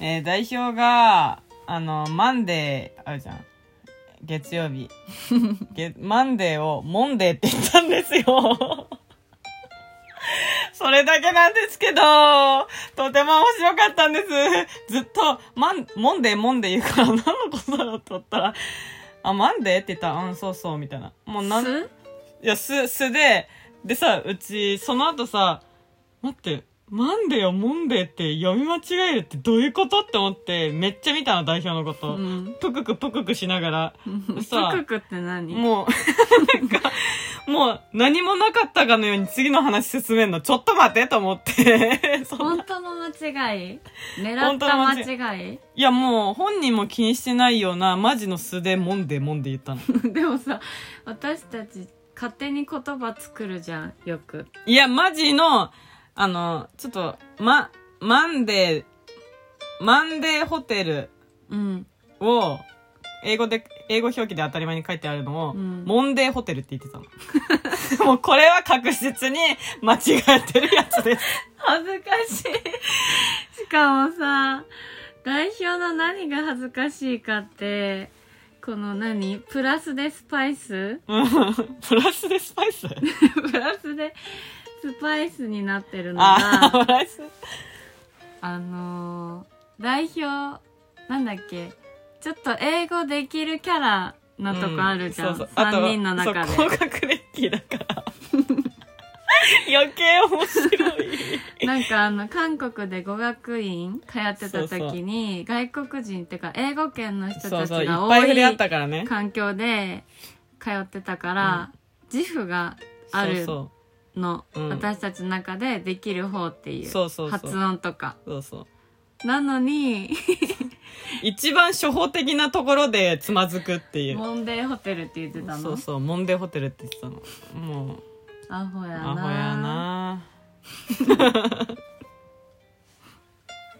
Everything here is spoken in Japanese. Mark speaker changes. Speaker 1: えー代表が、あの、マンデー、あるじゃん。月曜日。げマンデーを、モンデーって言ったんですよ。 それだけなんですけど、とても面白かったんです。ずっと、マン、モンデー、モンデー言うから、何のことだろうと思ったら、あ、マンデーって言ったら、うん、そうそう、みたいな。もうなん、
Speaker 2: す
Speaker 1: いや、す、素で、でさ、うち、その後さ、待って、マンデーをモンデーって読み間違えるってどういうことって思って、めっちゃ見たの、代表のこと。
Speaker 2: うん
Speaker 1: プククプククしながら、さ
Speaker 2: プククって何
Speaker 1: もう、 なんか、もう何もなかったかのように次の話進めんの、ちょっと待てと思って、 そん
Speaker 2: 本当の間違い狙った間違い
Speaker 1: いやもう本人も気にしてないような、マジの素でモンデーモンデー言ったの。
Speaker 2: でもさ私たち勝手に言葉作るじゃんよく
Speaker 1: いや、マジの、あの、ちょっと、ま、マンデー、マンデーホテル
Speaker 2: うん
Speaker 1: を、英語で、英語表記で当たり前に書いてあるのを、
Speaker 2: うん
Speaker 1: モンデーホテルって言ってたの。 もうこれは確実に間違えてるやつです。
Speaker 2: 恥ずかしいしかもさ代表の何が恥ずかしいかってこの何プラスでスパイ ス
Speaker 1: うんプラスでスパイス
Speaker 2: プラスでスパイスになってるのが
Speaker 1: あー、
Speaker 2: あ
Speaker 1: プラス。
Speaker 2: のー代表なんだっけちょっと英語できるキャラなとこあるじゃん、
Speaker 1: うそうあと
Speaker 2: 3人の中で
Speaker 1: そう、高学歴だ から。余計面白い。
Speaker 2: なんかあの韓国で語学院通ってた時に外国人っていうか英語圏の人
Speaker 1: そう
Speaker 2: たち
Speaker 1: そう、いっ
Speaker 2: が
Speaker 1: ぱい
Speaker 2: 多
Speaker 1: 触れ合っ
Speaker 2: い
Speaker 1: たからね。
Speaker 2: 環境で通ってたから、自負がある
Speaker 1: そう
Speaker 2: の
Speaker 1: うん
Speaker 2: 私たちの中でできる方っていう
Speaker 1: そうそうそう
Speaker 2: 発音とか
Speaker 1: そう。そうそう。
Speaker 2: なのに
Speaker 1: 一番初歩的なところでつまずくっていう。
Speaker 2: モンデーホテルって言ってたの
Speaker 1: そうそう、モンデーホテルって言ってたの。もう、
Speaker 2: アホやな
Speaker 1: アホやな